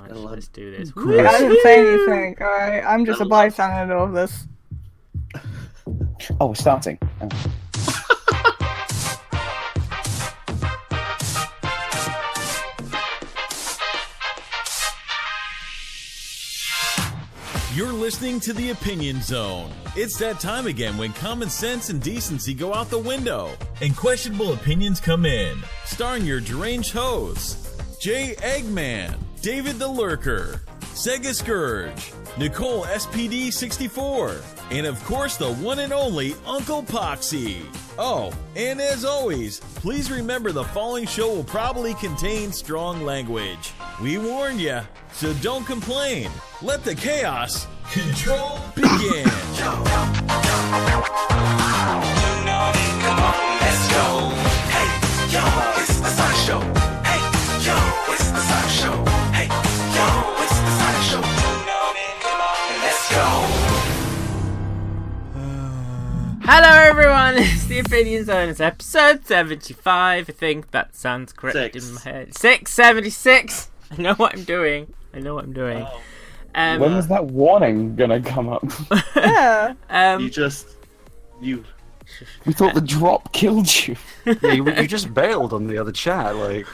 Let's, let's do this. I didn't say anything. All right, I'm just a bystander to all of this. Oh, we're starting. Oh. You're listening to the Opinion Zone. It's that time again when common sense and decency go out the window and questionable opinions come in. Starring your deranged hosts Jay Eggman, David the Lurker, Sega Scourge, Nicole SPD64, and of course the one and only Uncle Poxy. Oh, and as always, please remember the following show will probably contain strong language. We warn you, so don't complain. Let the chaos control begin. Hello, everyone. It's the Opinion Zone. It's episode seventy-five. I think that sounds correct Six. in my head. Six seventy-six. I know what I'm doing. I know what I'm doing. Um, Oh. When was that warning gonna come up? Yeah. um, You just you we thought the drop killed you. Yeah, you, you just bailed on the other chat. Like,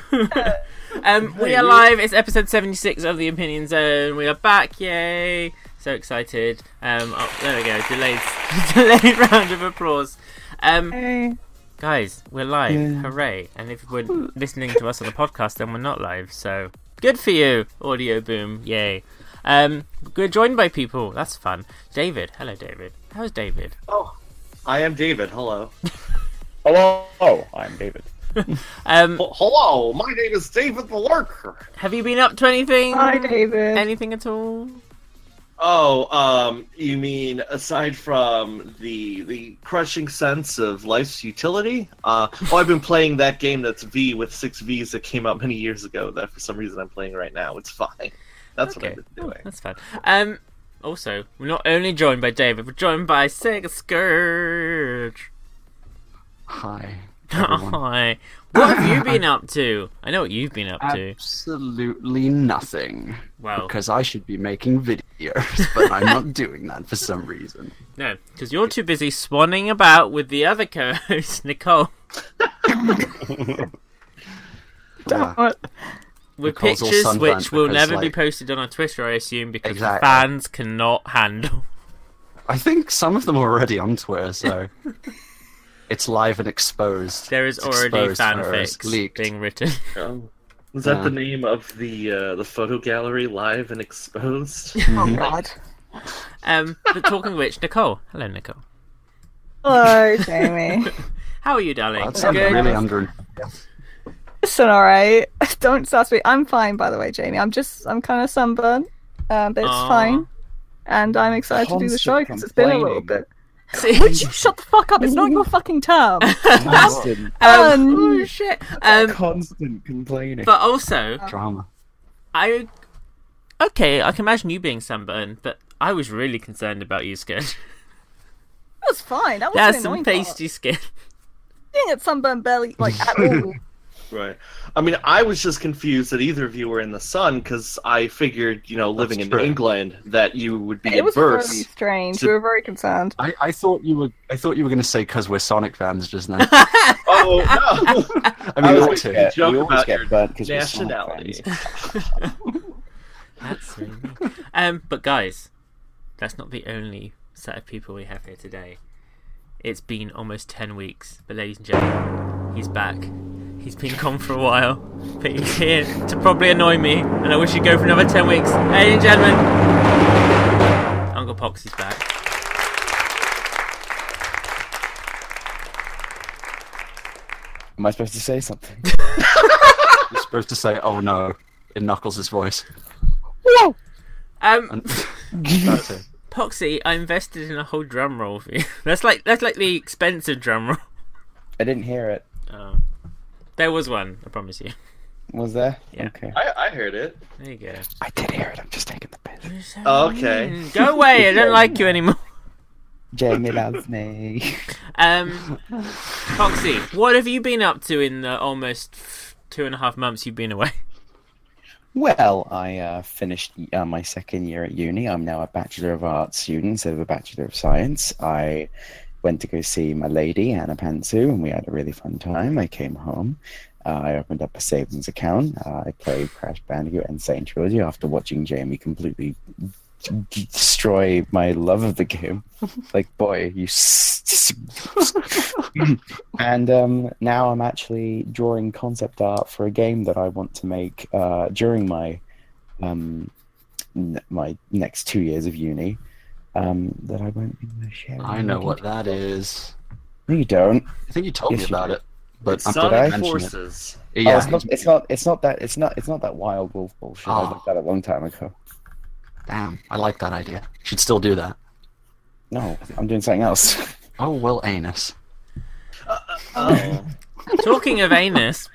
Um, we are live. It's episode 76 of the Opinion Zone. We are back. Yay! So excited. Um, oh, there we go. Delayed, delayed round of applause. Um, Hey. guys, we're live. Hooray. And if we're listening to us on the podcast, then we're not live. So good for you, Audio Boom. Yay. Um, we're joined by people. That's fun. David. Hello, David. How's David? Oh I am David, hello. Hello, Oh, I'm David. Um, Well, hello, my name is David the Lurker. have you been up to anything? Hi, David. Anything at all? Oh, um, you mean aside from the the crushing sense of life's utility? Uh, oh, I've been playing that game that's V with six V's that came out many years ago. That for some reason I'm playing right now. It's fine. That's what I've been Oh, doing. that's fun. Um, also, we're not only joined by David, we're joined by Sega Scourge. hi. everyone. Hi. What have you been up to? I know what you've been up Uh, to. Absolutely nothing. Well, Because I should be making videos, but I'm not doing that for some reason. no, because you're too busy swanning about with the other co-host, Nicole. Duh. What? With Nicole's all pictures sunburnt which will because, never be like- posted on our Twitter, I assume, because the Exactly. fans cannot handle. I think some of them are already on Twitter, so it's live and exposed. There is It's already exposed, terrorist, fanfics leaked. being written. Oh. Is that Yeah. the name of the uh, the photo gallery live and exposed? Oh God. Um, but talking of which, Nicole. Hello, Nicole. Hello, Jamie. How are you, darling? That sounds Good. really under. Listen, all right. Don't start me. I'm fine, by the way, Jamie. I'm just, I'm kind of sunburned, um, but it's Aw. fine. And I'm excited to do the Constant show because it's been a little complaining. bit. Would you shut the fuck up? It's not your fucking term. Constant, Um, Um, oh, shit. Um, constant complaining. but also, Drama. I okay, I can imagine you being sunburned, but I was really concerned about you, skin. That's fine. That was That's an some annoying pasty skin. part. Didn't get sunburned belly like at all. Right. I mean, I was just confused that either of you were in the sun because I figured, you know, living in true. England, that you would be it was very adverse. strange. to- We were very concerned. I, I thought you were. I thought you were going to say because we're Sonic fans just now. oh no! I I mean, always that too. get, we Joke always about get your burnt because we're Sonic Nationality. fans. That's really mean. um, but guys, that's not the only set of people we have here today. It's been almost ten weeks, but ladies and gentlemen, he's back. He's been gone for a while, but he's here to probably annoy me, and I wish he'd go for another ten weeks. Ladies and gentlemen, Uncle Pox is back. Am I supposed to say something? You're supposed to say, "Oh no," in Knuckles' voice. Um, And that too. Poxy, I invested in a whole drum roll for you. That's like that's like the expensive drum roll. I didn't hear it. Oh. There was one, I promise you. Was there? Yeah. Okay. I, I heard it. There you go. I did hear it. I'm just taking the piss. Mm. Okay. Go away, I don't like you anymore. Jamie loves me. Um Poxy, what have you been up to in the almost two and a half months you've been away? Well, I uh, finished uh, my second year at uni. I'm now a Bachelor of Arts student instead of a Bachelor of Science. I went to go see my lady, Anna Pantsu, and we had a really fun time. I came home. Uh, I opened up a savings account. Uh, I played Crash Bandicoot and Saint Trilogy after watching Jamie completely d- d- destroy my love of the game. like, boy, you. s- and um, now I'm actually drawing concept art for a game that I want to make uh, during my um, n- my next two years of uni. Um, that I won't be able to share. I know what that is. No, you don't. Oh, I think you told Yes, me you about did. it, but Did I Sonic mention it? Forces. Oh, yeah, it's not. It's not. It's not that. It's not. It's not that Wild Wolf bullshit. I Oh. looked at it a long time ago. damn, I like that idea. Should still do that. No, I'm doing something else. Oh well, anus. Oh. Talking of anus,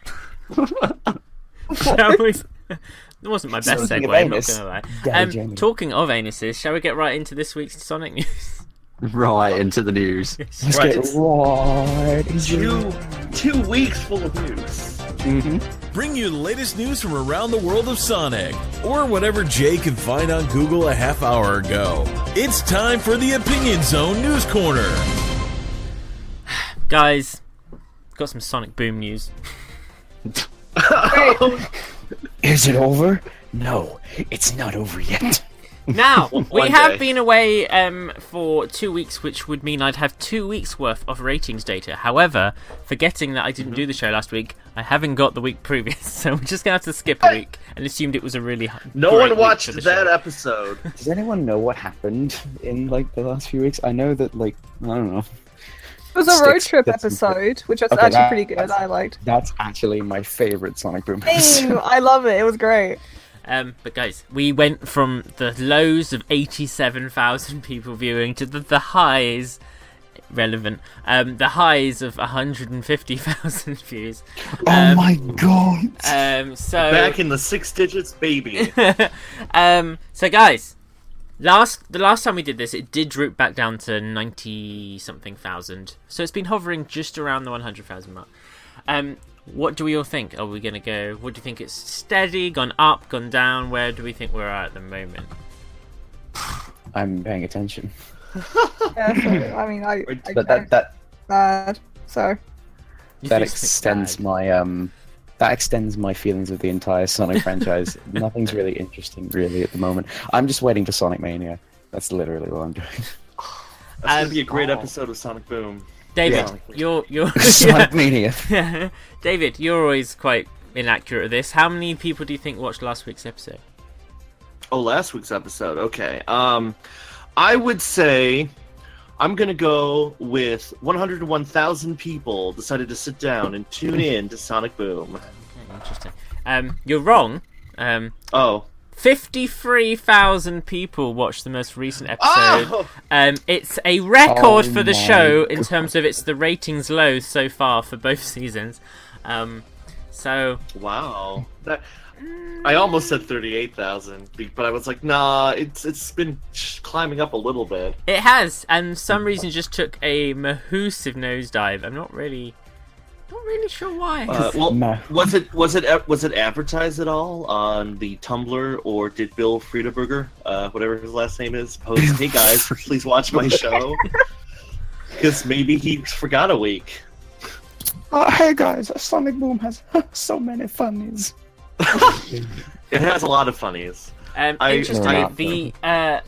shall we? That wasn't my best Talking of segue. I'm not anus. gonna lie. Yeah, Um, Jamie. talking of anuses, shall we get right into this week's Sonic news? Right into the news. Let's Right. get right. two, two weeks full of news. Bring you the latest news from around the world of Sonic, or whatever Jay could find on Google a half hour ago. It's time for the Opinion Zone News Corner. Guys, got some Sonic Boom news. Is it over? No, it's not over yet. Now, we One have day. been away um, for two weeks, which would mean I'd have two weeks' worth of ratings data. However, forgetting that I didn't Mm-hmm. do the show last week, I haven't got the week previous, so we're just going to have to skip a week and assumed it was a really h- No great one week watched for the that uh, show. episode. Does anyone know what happened in like the last few weeks? I know that like I don't know. It was a road Sticks. trip That's- episode, which was Okay, actually that- pretty good. I liked. That's actually my favorite Sonic Boom. Ew, I love it. It was great. Um, but guys, we went from the lows of 87,000 people viewing to the, the highs, relevant, um, the highs of 150,000 views. Um, Oh my god! Um, so Oh Back in the six digits, baby. um, so guys, last the last time we did this, it did droop back down to ninety something thousand. So it's been hovering just around the one hundred thousand mark. Um, what do we all think? Are we gonna go? What do you think? It's steady, gone up, gone down. Where do we think we're at at the moment? I'm paying attention. Yeah, so, I mean, I, I don't But that that bad. So You that think it's extends bad? my um that extends my feelings of the entire Sonic franchise. Nothing's really interesting really at the moment. I'm just waiting for Sonic Mania. That's literally what I'm doing. That's gonna Um, be a Oh. great episode of Sonic Boom. David, Yeah. you're you're Sonic Mania. yeah. David, you're always quite inaccurate at this. How many people do you think watched last week's episode? Oh, last week's episode. Okay. Um, I would say I'm gonna go with 101,000 people decided to sit down and tune in to Sonic Boom. Okay, interesting. Um, you're wrong. Um, Oh. 53,000 people watched the most recent episode. Oh! Um, it's a record Oh for the my show in terms of it's the ratings low so far for both seasons. Um, so Wow. That, I almost said 38,000, be- but I was like, nah, it's it's been sh- climbing up a little bit. it has, and some reason just took a mahoosive nosedive. I'm not really, not really sure why. Uh, well, No. was it was it was it advertised at all on the Tumblr or did Bill Friedeberger, uh, whatever his last name is, post? hey guys, please watch my show. Because maybe he forgot a week. Oh, hey guys, Sonic Boom has so many funnies. It has a lot of funnies. Um, I- interestingly, Not the uh,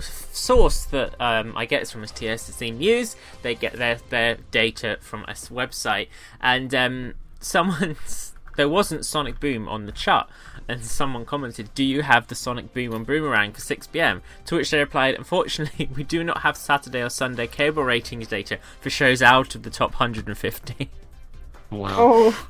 source that um, I get is from TSC News. They get their their data from a s- website, and um, someone's there wasn't Sonic Boom on the chart, and someone commented, "Do you have the Sonic Boom on Boomerang for 6 p.m.?" To which they replied, "Unfortunately, we do not have Saturday or Sunday cable ratings data for shows out of the top 150." Wow. oh,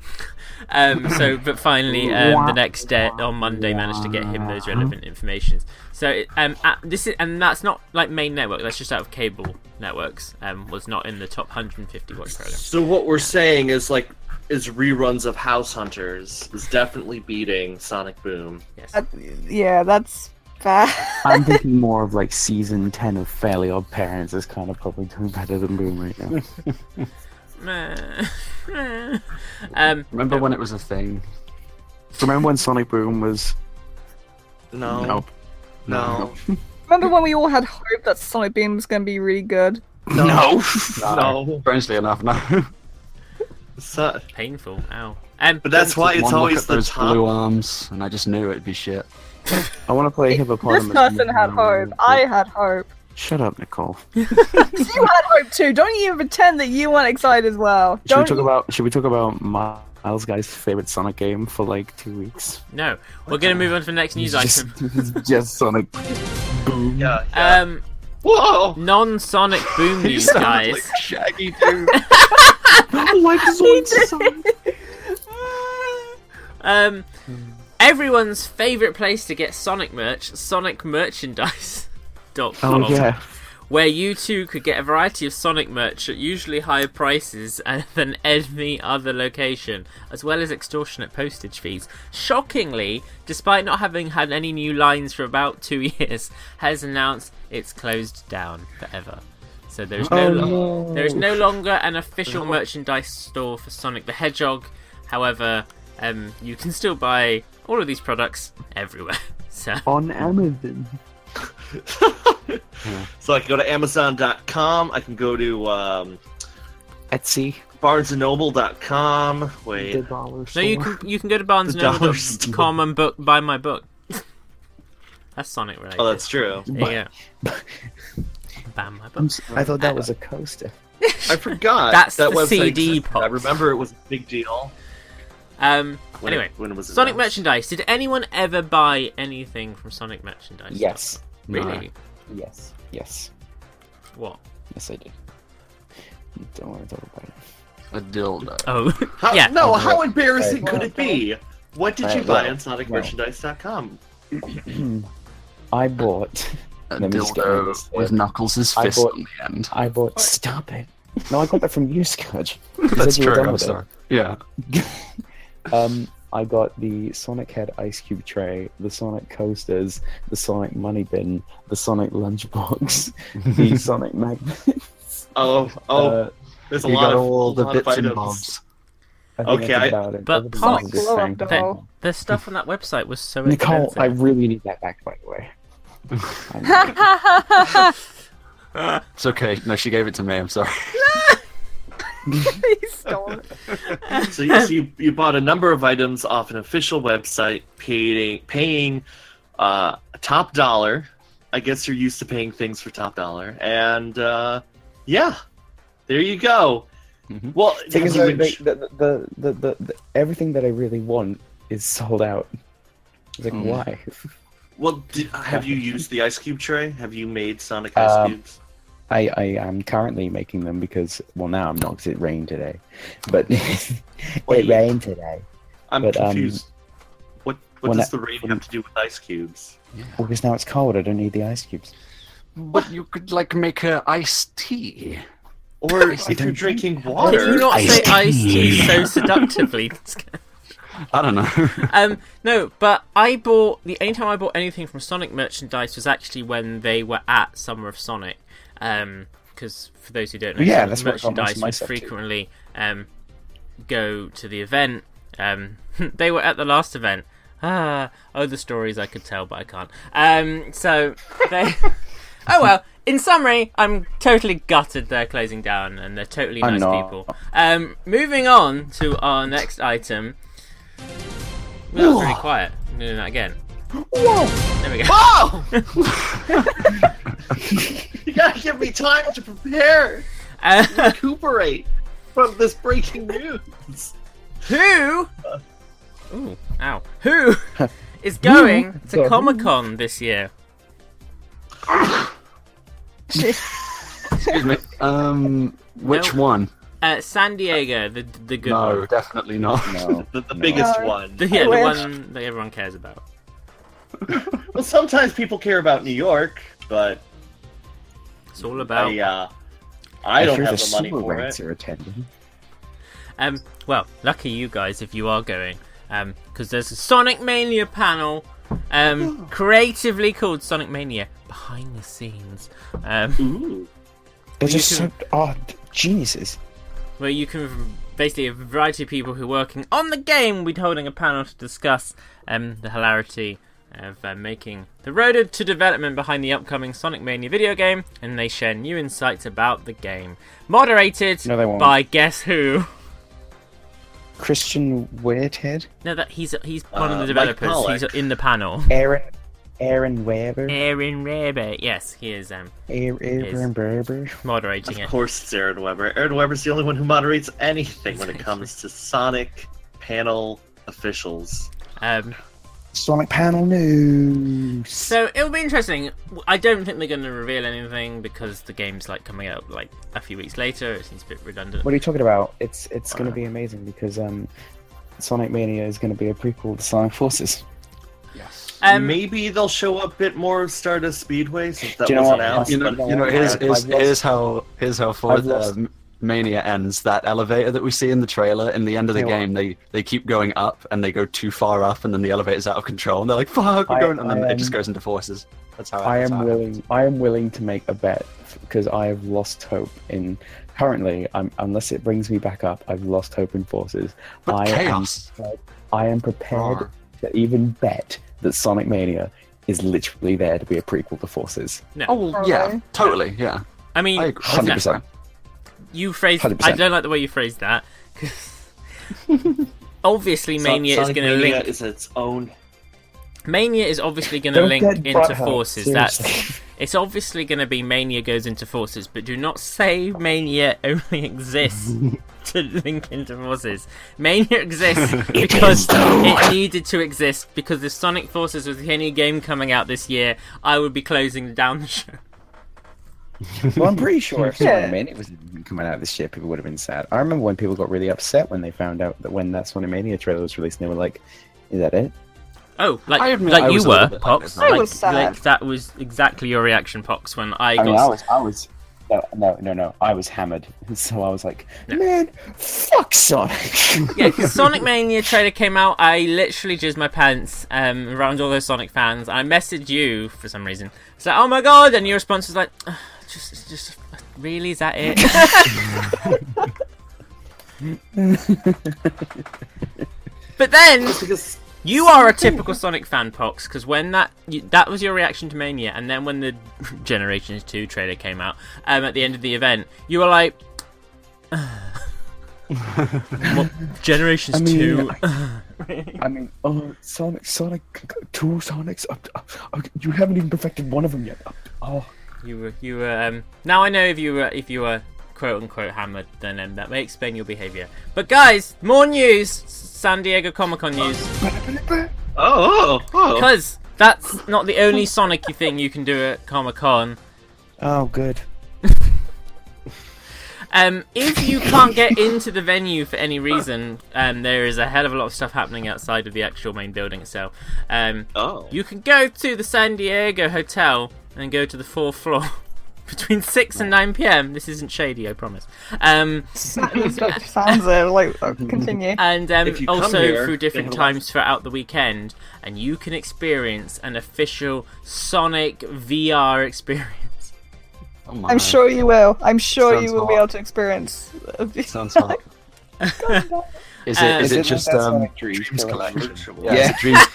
Um, so, but finally, um, the next day on Monday, managed to get him those relevant informations. So, it- um, at, this is and that's not like main network. That's just out of cable networks. Um, was not in the top 150 watch program. So what we're saying is like is reruns of House Hunters is definitely beating Sonic Boom. Yes. that, yeah, that's bad. I'm thinking more of like season ten of Fairly Odd Parents is kind of probably doing better than Boom right now. um, Remember when it was a thing? Remember when Sonic Boom was? No. Nope. No. Remember when we all had hope that Sonic Boom was going to be really good? No. No. No. Strangely enough, no. So- Painful. Ow. Um, but that's why it's One look always at the those top. blue arms, and I just knew it'd be shit. I want to play This Hippopotamus. person had hope. I had hope. Shut up, Nicole. You had hope too. Don't you even pretend that you weren't excited as well. Should we Don't talk you- about? Should we talk about Miles' guy's favorite Sonic game for like two weeks? um, no, we're gonna move on to the next news just, item. just Sonic. Yeah. yeah. Um, Whoa! non-Sonic boom You news, sound guys. like Shaggy dude. Um, everyone's favorite place to get Sonic merch, SonicMerchandise.com, Oh yeah. where you too could get a variety of Sonic merch at usually higher prices and- than any other location, as well as extortionate postage fees. Shockingly, despite not having had any new lines for about two years, has announced it's closed down forever. So there's no, Oh, lo- there is no longer an official merchandise store for Sonic the Hedgehog. However, um, you can still buy all of these products everywhere. So On Amazon. So I can go to Amazon.com. I can go to um, Etsy. BarnesandNoble.com. Wait. The dollar store. No, you can you can go to dollar store. barnesandnoble.com and book, buy my book. that's Sonic related. Oh, that's true. There you go. buy my I'm book. s- I thought that was a Uh, coaster. I forgot. That's that the website CD existed. pop. I remember it was a big deal. Um. When anyway, it, when it was Sonic announced. merchandise. Did anyone ever buy anything from Sonic merchandise? Yes, Really? yes, yes, What? yes, I did. Don't want to talk about it. A dildo. Oh, How, Yeah. No, how embarrassing Right. could it be? What did you Right, buy well, on SonicMerchandise.com? Hmm. I bought. A Let me just get my list dildo here. with Knuckles' I fist bought- on the end. I bought. Stop it. No, I got that from you, Scudge. You said That's you were true. done I'm with it. sorry. Yeah. Um, I got the Sonic Head ice cube tray, the Sonic coasters, the Sonic money bin, the Sonic lunchbox, the Sonic magnet. Oh, oh, Uh, there's a You lot got of all the lot of bits and items. bobs. I think Okay, that's I- about it. but Other than that, Paul- I'm just Love saying the thank you. whole- the stuff on that website was so Nicole, I expensive. really need that back, by the way. It's okay. No, she gave it to me. I'm sorry. He stole it. So, you, so you, you bought a number of items off an official website, paying paying uh, top dollar. I guess you're used to paying things for top dollar, and uh, yeah, there you go. Mm-hmm. Mhm. Well, Thing is, you though, would- like, the, the, the, the, the, everything that I really want is sold out. It's like, Mm. why? well, did, have you used the ice cube tray? Have you made Sonic ice Um, cubes? I, I am currently making them because, well, now I'm not because it rained today. But it Wait. rained today. I'm but, um, confused. what what when does I- the rain have to do with ice cubes? Because now it's cold. I don't need the ice cubes. But you could like make her iced tea. Or if you're drinking water? Can you not say Iced ice tea tea. so seductively? I don't know. Um, no, but I bought the only time I bought anything from Sonic merchandise was actually when they were at Summer of Sonic. Um, because for those who don't know, Yeah, Sonic that's what I got most merchandise of my would stuff too. frequently um go to the event. Um, they were at the last event. Ah, oh, the stories I could tell, but I can't. Um, so they. oh well. In summary, I'm totally gutted they're closing down, and they're totally I'm nice not. people. Um, moving on to our next item. Well, that was really quiet. I'm doing that again. There we go. Oh! you gotta give me time to prepare, Uh, recuperate from this breaking news. who? Ooh, ow. Who is going to Sorry. Comic Con this year? Excuse me. Um, which No. one? Uh, San Diego, the the good No, one. definitely not. No. The, the No. biggest No. one. The, yeah, the wish. one that everyone cares about. Well, sometimes people care about New York, but It's all about. I, uh, I don't hear have the the money super for rats it. are attending. Um, well, lucky you guys if you are going, um, because there's a Sonic Mania panel, um, creatively called Sonic Mania behind the scenes. Um, Ooh. They're You just should- so odd geniuses. where you can basically a variety of people who are working on the game will be holding a panel to discuss um, the hilarity of uh, making the road to development behind the upcoming Sonic Mania video game, and they share new insights about the game. Moderated No, they won't. by guess who? Christian Weirdhead, No, that he's he's one of Uh, the Mike developers. Pollack. He's in the panel. Aaron, Aaron Weber, Aaron Rabbit. Yes, he Eh, is um, Aaron, Aaron Weber. moderating Of it. course, it's Aaron Weber. Aaron Weber's the only one who moderates anything when it comes to Sonic panel officials. Um, Sonic panel news. So it'll be interesting. I don't think they're going to reveal anything because the game's like coming out like a few weeks later. It seems a bit redundant. What are you talking about? It's it's Uh. going to be amazing because um, Sonic Mania is going to be a prequel to Sonic Forces. Yes. Um, Maybe they'll show a bit more of Stardust Speedway since that Do you know was what? announced. You know, but- No, you know, here's, I've here's, lost- here's how here's how I've Ford, lost- um, Mania ends. That elevator that we see in the trailer in the end of the Hang on. game, they, they keep going up and they go too far up, and then the elevator's out of control, and they're like, "Fuck, we're I- going!" And then I it just am- goes into forces. That's how it I Oh, that's how am it willing. I am willing to make a bet because I have lost hope in. Currently, I'm, unless it brings me back up, I've lost hope in Forces. But I chaos. Am, I am prepared Roar. to even bet that Sonic Mania is literally there to be a prequel to Forces. Oh well, yeah, Probably. totally, yeah. I mean, I agree. Hundred no, percent. you phrased. I 100%. don't like the way you phrased that. 'cause obviously, Son- Mania is Sonic going to Mania link. is its own. Mania is obviously going to Don't link get into butthurt, forces. That's. seriously. It's obviously going to be Mania goes into forces, but do not say Mania only exists to link into forces. Mania exists because it needed to exist. Because if Sonic Forces was the only game coming out this year, I would be closing down the show. well, I'm pretty sure if Sonic Yeah. Mania was coming out this year, people would have been sad. I remember when people got really upset when they found out that when that Sonic Mania trailer was released, and they were like, "Is that it?" Oh, like I admit like I you was a little were, bit like Pox. that. I Like, was sad. like that was exactly your reaction, Pox, when I I got. mean, I was, I was, no, no, no, no. I was hammered, so I was like, man, fuck Sonic. yeah, 'cause Sonic Mania trailer came out. I literally jizzed my pants um, around all those Sonic fans. I messaged you for some reason. It's like, oh my god, and your response was like, "Ugh, just, just, really, is that it? but then Because you are a typical Sonic fan, Pox, because when that you, that was your reaction to Mania, and then when the Generations Two trailer came out um, at the end of the event, you were like, well, Generations I mean, Two. I mean, oh, Sonic, Sonic, two Sonics. Uh, uh, you haven't even perfected one of them yet. Uh, oh, You were, you were. Um, now I know if you were, if you were quote unquote hammered, then um, that may explain your behaviour. But guys, more news: San Diego Comic Con news, oh, oh, oh. because that's not the only Sonic thing you can do at Comic Con. oh, good. Um, if you can't get into the venue for any reason, um, there is a hell of a lot of stuff happening outside of the actual main building itself. Um, oh. you can go to the San Diego Hotel and go to the fourth floor between six and nine p.m. This isn't shady, I promise. Um, Sounds it. Like, oh, continue. and um, If you come also here, through different then we'll- times throughout the weekend, and you can experience an official Sonic VR experience. Oh my. I'm sure you will. I'm sure Sounds you will be hot. able to experience. Sounds hot. Is it? Um, Is Is it it just like that um, Sonic Dreams Dreams collection? Collection? Yeah. Yeah, it's a Dreams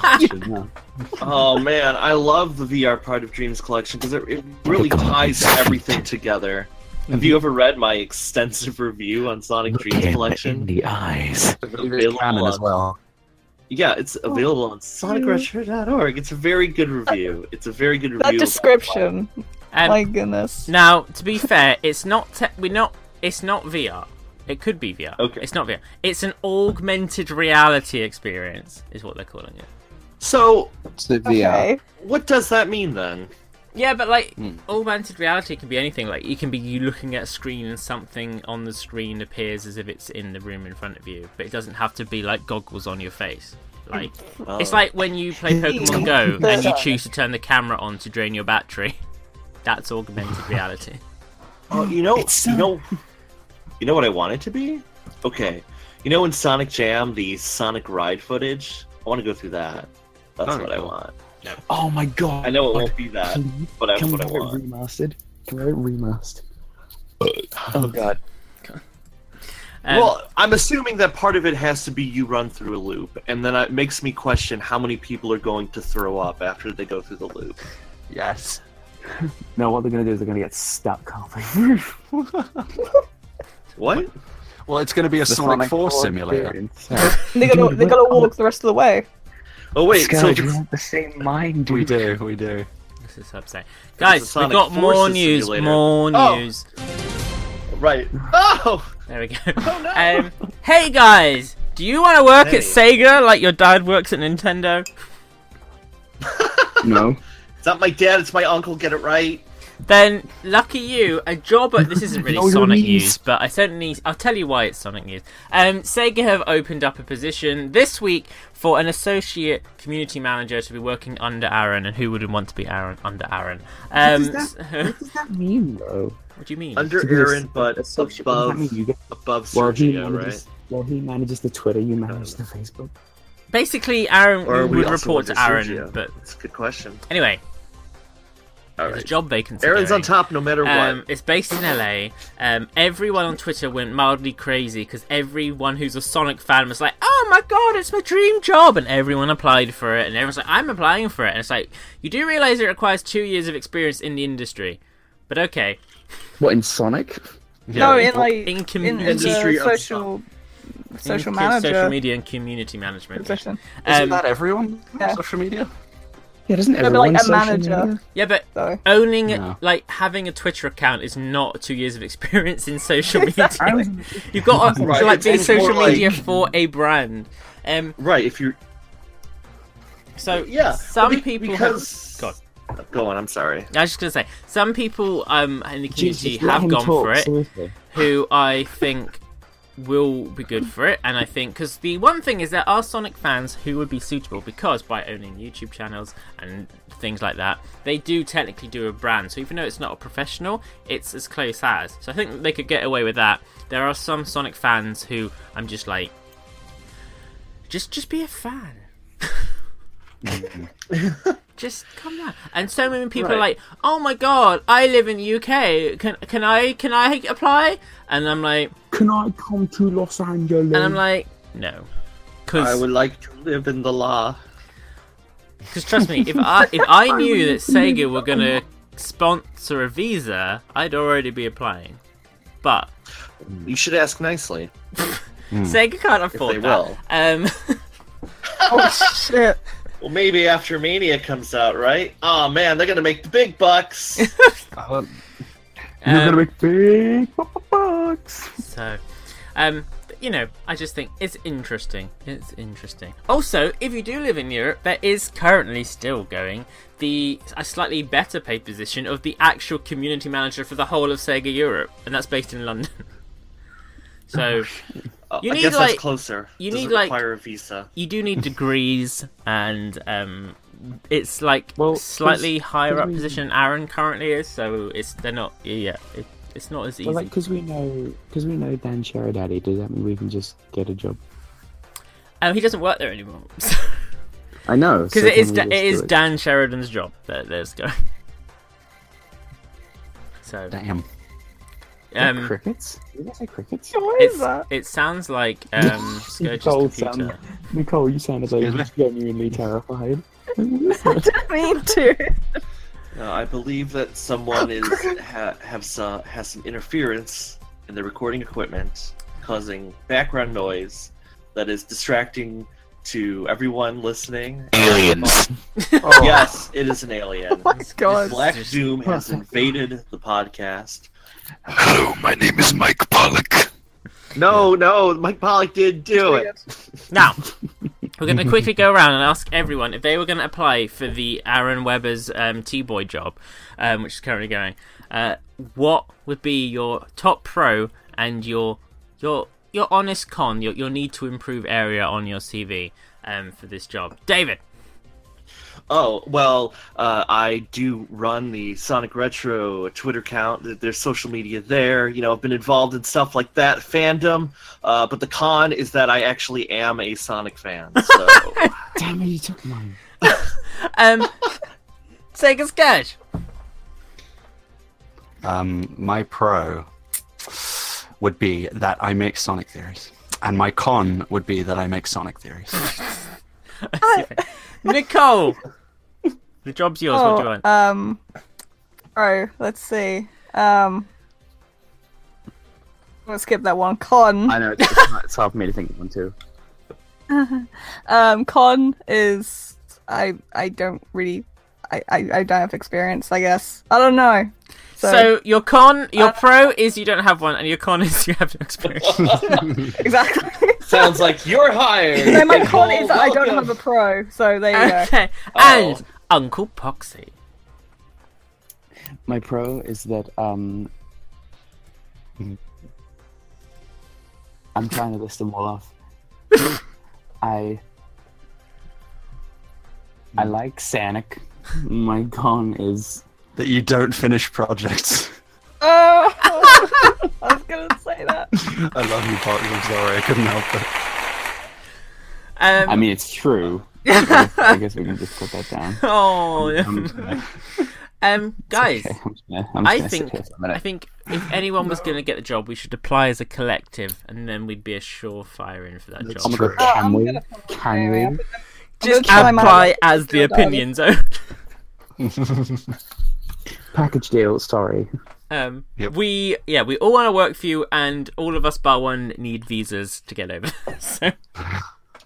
Collection. yeah. Oh man, I love the VR part of Dreams Collection because it, it really ties everything together. Have you ever read my extensive review on Sonic Dreams Collection? the eyes. I believe it's canon as well. Yeah, it's Oh. available on sonicretro.org. It's a very good review. It's a very good review. That description. Um, My goodness. Now, to be fair, it's not te- we're not it's not VR. It could be VR. Okay. It's not VR. It's an augmented reality experience, is what they're calling it. So, So the Okay. what does that mean then? Yeah, but like Hmm. augmented reality can be anything. Like it can be you looking at a screen and something on the screen appears as if it's in the room in front of you, but it doesn't have to be like goggles on your face. Like it's Oh. like when you play Pokemon Go and you choose to turn the camera on to drain your battery. That's augmented reality. Oh, you know, you know, you know what I want it to be? Okay, you know in Sonic Jam the Sonic ride footage. I want to go through that. That's Oh, what I cool. want. Oh my god. I know it won't be that, but that's Can we what I get it want. remastered? Can we get it remastered? oh god. Um, well, I'm assuming that part of it has to be you run through a loop, and then it makes me question how many people are going to throw up after they go through the loop. Yes. No, what they're gonna do is they're gonna get stuck off the roof. What? Well, it's going to be a Sonic, 4 Four simulator. experience. Yeah. They're gonna they're gonna walk the rest of the way. Oh wait, so Scourge, it's- we want the same mind, We dude. do, we do. this is upsetting. Guys, we've Sonic got more Forces news. simulator. More Oh. news. right. Oh, There we go. no. um, hey guys, do you want to work at Hey. Sega like your dad works at Nintendo? No. it's not my dad. It's my uncle. Get it right. Then lucky you, a job at this isn't really Oh, Know your Sonic knees. news, but I certainly I'll tell you why it's Sonic news. Um, Sega have opened up a position this week for an associate community manager to be working under Aaron, and who wouldn't want to be Aaron under Aaron? Um, does so- What does that mean, though? what do you mean? Under To be a- Aaron, but a social- what does above that mean? You get- above Well, he Sergio, right? manages, well, he manages the Twitter, you manage the Facebook. Basically, Aaron Or are we would also report under to Aaron, Sergio? but It's a good question. anyway, All there's a right. job vacancy. Aaron's going. on top no matter Um, what. it's based in LA. Um, everyone on Twitter went mildly crazy because everyone who's a Sonic fan was like, "Oh my god, it's my dream job!" And everyone applied for it, and everyone's like, "I'm applying for it." And it's like, you do realize it requires two years of experience in the industry, but okay. What in Sonic? no, in like in in, com- in, the industry of social social In- manager social media, and community management. position. Isn't Um, that everyone? Yeah. Social media? Yeah, doesn't No, but everyone like a social manager. media? yeah, but So owning, it No. like having a Twitter account, is not two years of experience in social media. I was- You've got to, Right, to like it's be more social like- media for a brand. Um, Right. If you're so yeah. some Well, be- people have- because God. go on. I'm sorry. I was just gonna say, some people um, in the community Jesus, let have him gone talk, for it, seriously. who I think will be good for it, and I think because the one thing is there are Sonic fans who would be suitable because by owning YouTube channels and things like that, they do technically do a brand. So even though it's not a professional, it's as close as. So I think they could get away with that. There are some Sonic fans who I'm just like, just just be a fan. just come on. And so many people are like, "Oh my god, I live in UK. Can can I can I apply?" And I'm like, Can I come to Los Angeles? and I'm like, no, I because would like to live in the law. trust me, if I if I knew that Sega were gonna sponsor a visa, I'd already be applying. But You should ask nicely. Sega can't afford Hmm. they that. will. Um, Oh, shit. Well, maybe after Mania comes out, right? Oh man, they're gonna make the big bucks. You're um, gonna make big bu- bu- bucks. So, um, but, you know, I just think it's interesting. It's interesting. Also, if you do live in Europe, there is currently still going the a slightly better paid position of the actual community manager for the whole of Sega Europe, and that's based in London. so Oh, You I need, guess like- that's closer. you Doesn't need, like- require a visa. you do need degrees, and um, it's like Well, 'cause- slightly higher up we- position Aaron currently is. So it's they're not yeah. It, it's not as easy. Well, like, because we know, because we know Dan Sheridaddy, does that mean we can just get a job? um, he doesn't work there anymore. I know. Because it is da- it is Dan Sheridan's job. There, there's go. So Damn. um, crickets. Did I say crickets? What is it's, that? it sounds like um, Scourge's Nicole, computer. Nicole, you sounded like Excuse me? you're genuinely terrified. I didn't mean to. Uh, I believe that someone Oh, is ha- has uh, has some interference in the recording equipment, causing background noise that is distracting to everyone listening. Aliens. Oh. yes, it is an alien. My God. Black Doom has invaded the podcast. Hello, my name is Mike Pollock. No, no, Mike Pollock did do it. Now we're going to quickly go around and ask everyone if they were going to apply for the Aaron Weber's um, T-boy job, um, which is currently going. Uh, what would be your top pro and your your your honest con, your your need to improve area on your CV um, for this job, David? Oh well, uh, I do run the Sonic Retro Twitter account. Th- There's social media there. You know, I've been involved in stuff like that fandom. Uh, but the con is that I actually am a Sonic fan. So Damn it, you took mine. Um, Sega Scourge. Um, my pro. would be that I make Sonic theories, and my con would be that I make Sonic theories. Nicole, the job's yours. what do you Oh, want? um, oh, let's see. Um, we'll skip that one. Con. I know it's, it's, hard, it's hard for me to think of one too. Um, con is I I don't really I, I I don't have experience. I guess I don't know. So, so your con, your Uh, pro is you don't have one, and your con is you have no experience. exactly. Sounds like you're hired. no, my con Nicole, is that I don't welcome. have a pro. So there you go. okay, Oh. and Uncle Poxy. My pro is that um, I'm trying to list them all off. I Hmm. I like Sonic. My con is that you don't finish projects. Oh, I was gonna say that. I love you, partner. I'm sorry, I couldn't help it. Um, I mean it's true. I guess- I guess we can just put that down. oh, um, guys, Okay, I'm just gonna, I'm just I gonna sit think here for a I minute. think if anyone was going to get the job, we should apply as a collective, and then we'd be a surefire in for that That's job. true. Can Uh, I'm we? gonna- Can we? anyway, Just I'll try my apply hardest as the do that. opinion zone. Package deal. Sorry. Um, Yep. We yeah, we all want to work for you, and all of us bar one need visas to get over. there. so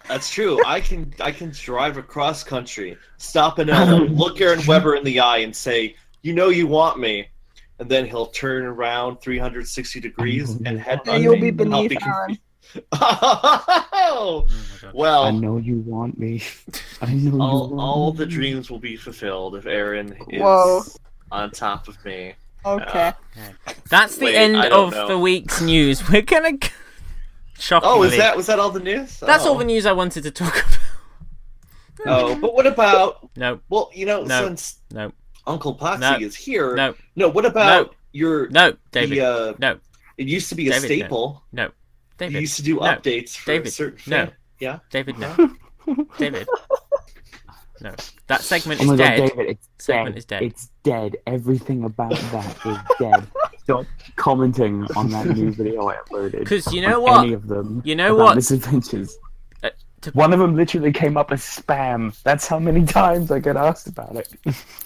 That's true. I can I can drive across country, stop in LA, look Aaron Weber in the eye, and say, "You know you want me," and then he'll turn around 360 degrees and head. So Oh, you'll be me, and I'll beneath Aaron. Oh, I well, know you want me. I know you all, want all the me. dreams will be fulfilled if Aaron is Whoa. on top of me. Uh. Okay. that's the Wait, end I don't of know. the week's news. We're gonna go- shockingly. Oh, is that was that all the news? That's oh. all the news I wanted to talk about. Oh, but what about? No, Well, you know, No. since no, Uncle Poxy No. is here, no, no, what about your no, David, the? Uh, no, it used to be a David, no. staple. You David, used to do no. updates for David, certain no. Yeah. David, no, David, no. That segment Oh is my dead. god, David, it's segment dead. is dead. It's dead. Everything about that is dead. Stop commenting on that new video I uploaded. 'Cause you on know what? Any of them. You know about what? Misadventures. Uh, to- One of them literally came up as spam. That's how many times I get asked about it.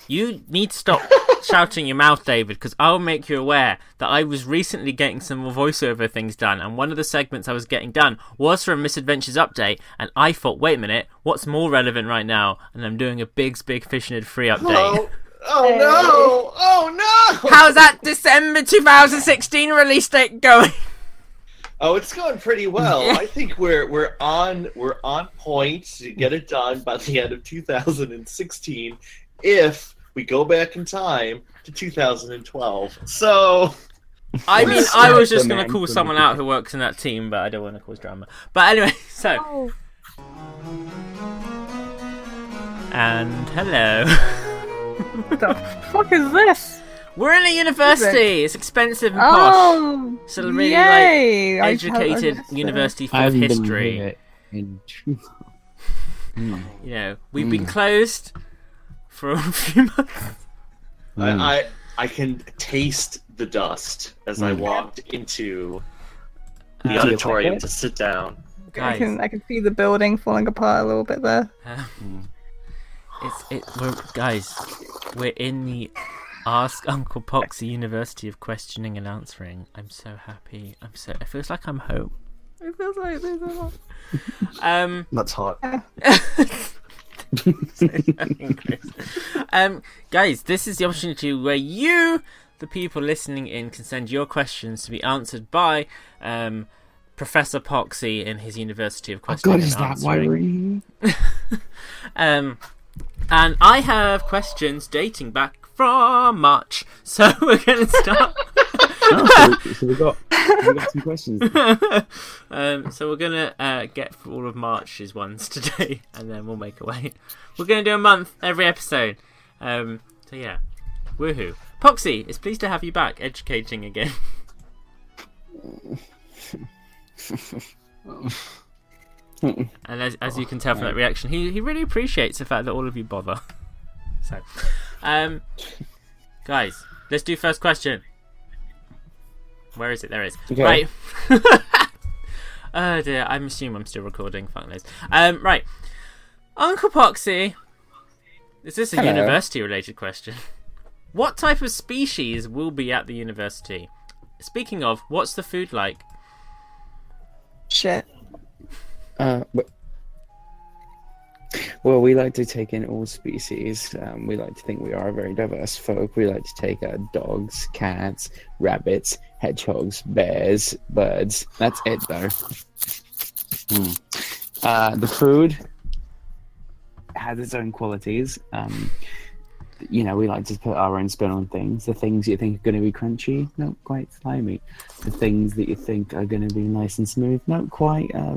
You need to stop shouting your mouth, David, because I'll make you aware that I was recently getting some more voiceover things done, and one of the segments I was getting done was from Misadventures Update, and I thought, wait a minute, what's more relevant right now? And I'm doing a big, big fish and free update. Oh, oh no! Oh no! How's that December 2016 release date going? Oh, it's going pretty well. I think we're we're on we're on point to get it done by the end of 2016, if we go back in time to 2012. So I mean, Start I was just the going man to call from- someone out who works in that team, but I don't want to cause drama. But anyway, so. Oh. And hello. What the fuck is this? We're in a university. It's expensive and posh. Oh, So really, yay! I- I- I educated missed it. university full of history. You know, we've been closed for a few months. I, I I can taste the dust as I walked into the Um, auditorium to sit down. I Guys, can I can see the building falling apart a little bit there. Um, it's it. We're, guys, we're in the Ask Uncle Poxy University of Questioning and Answering. I'm so happy. I'm so. It feels like I'm home. It feels like this. is home. um. That's hot. um, guys, this is the opportunity where you, the people listening in, can send your questions to be answered by um, Professor Poxy in his University of Questioning. God, is and that why Answering. we're in? Um, and I have questions dating back from March, so we're going to start. Oh, so, so we got we got some questions. um, so we're gonna uh, get through all of March's ones today, and then we'll make a way. We're gonna do a month every episode. Um, so yeah, woohoo! Poxy, it's pleased to have you back, educating again. and as, as Oh, you can tell from that reaction, he he really appreciates the fact that all of you bother. So, um, guys, let's do first question. Where is it? There it is. Okay. Right. oh dear, I'm assuming I'm still recording. Fuck knows. Um, right. Uncle Poxy, is this a Hello. university-related question? What type of species will be at the university? Speaking of, what's the food like? Shit. Uh, w- well, we like to take in all species. Um, we like to think we are a very diverse folk. We like to take uh, dogs, cats, rabbits, hedgehogs, bears, birds. That's it, though. Hmm. Uh, the food has its own qualities. Um, you know, we like to put our own spin on things. The things you think are going to be crunchy, not quite slimy. The things that you think are going to be nice and smooth, not quite uh,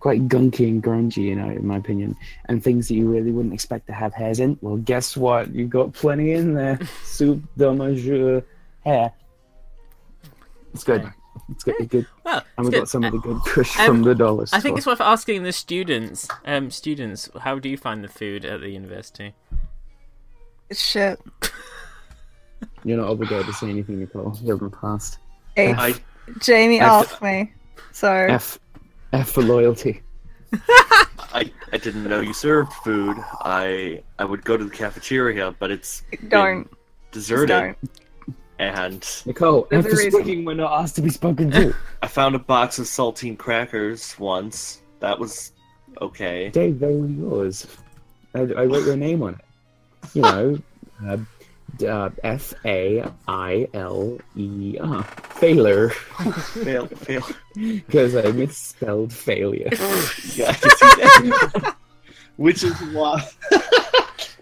quite gunky and grungy, you know, in my opinion. And things that you really wouldn't expect to have hairs in. Well, guess what? You've got plenty in there. Soup de majeure hair. It's good. It's good. It's good. Well, it's And we good. got some of the good push um, from the dollar store. I think it's worth asking the students. Um, students, how do you find the food at the university? Shit. You're not obligated to say anything, Nicole. You haven't passed. Hey, I Jamie I- asked me. So F. F for loyalty. I, I didn't know you served food. I I would go to the cafeteria, but it's been don't. Just deserted. don't. And Nicole, There's F a for reason. speaking when not asked to be spoken to. I found a box of saltine crackers once. That was okay. Dave, they were yours. I, I wrote your name on it. You know, uh, d- uh, F A I L E R. Failure. Fail, fail. Because I misspelled failure. Yeah, I can see that. Which is why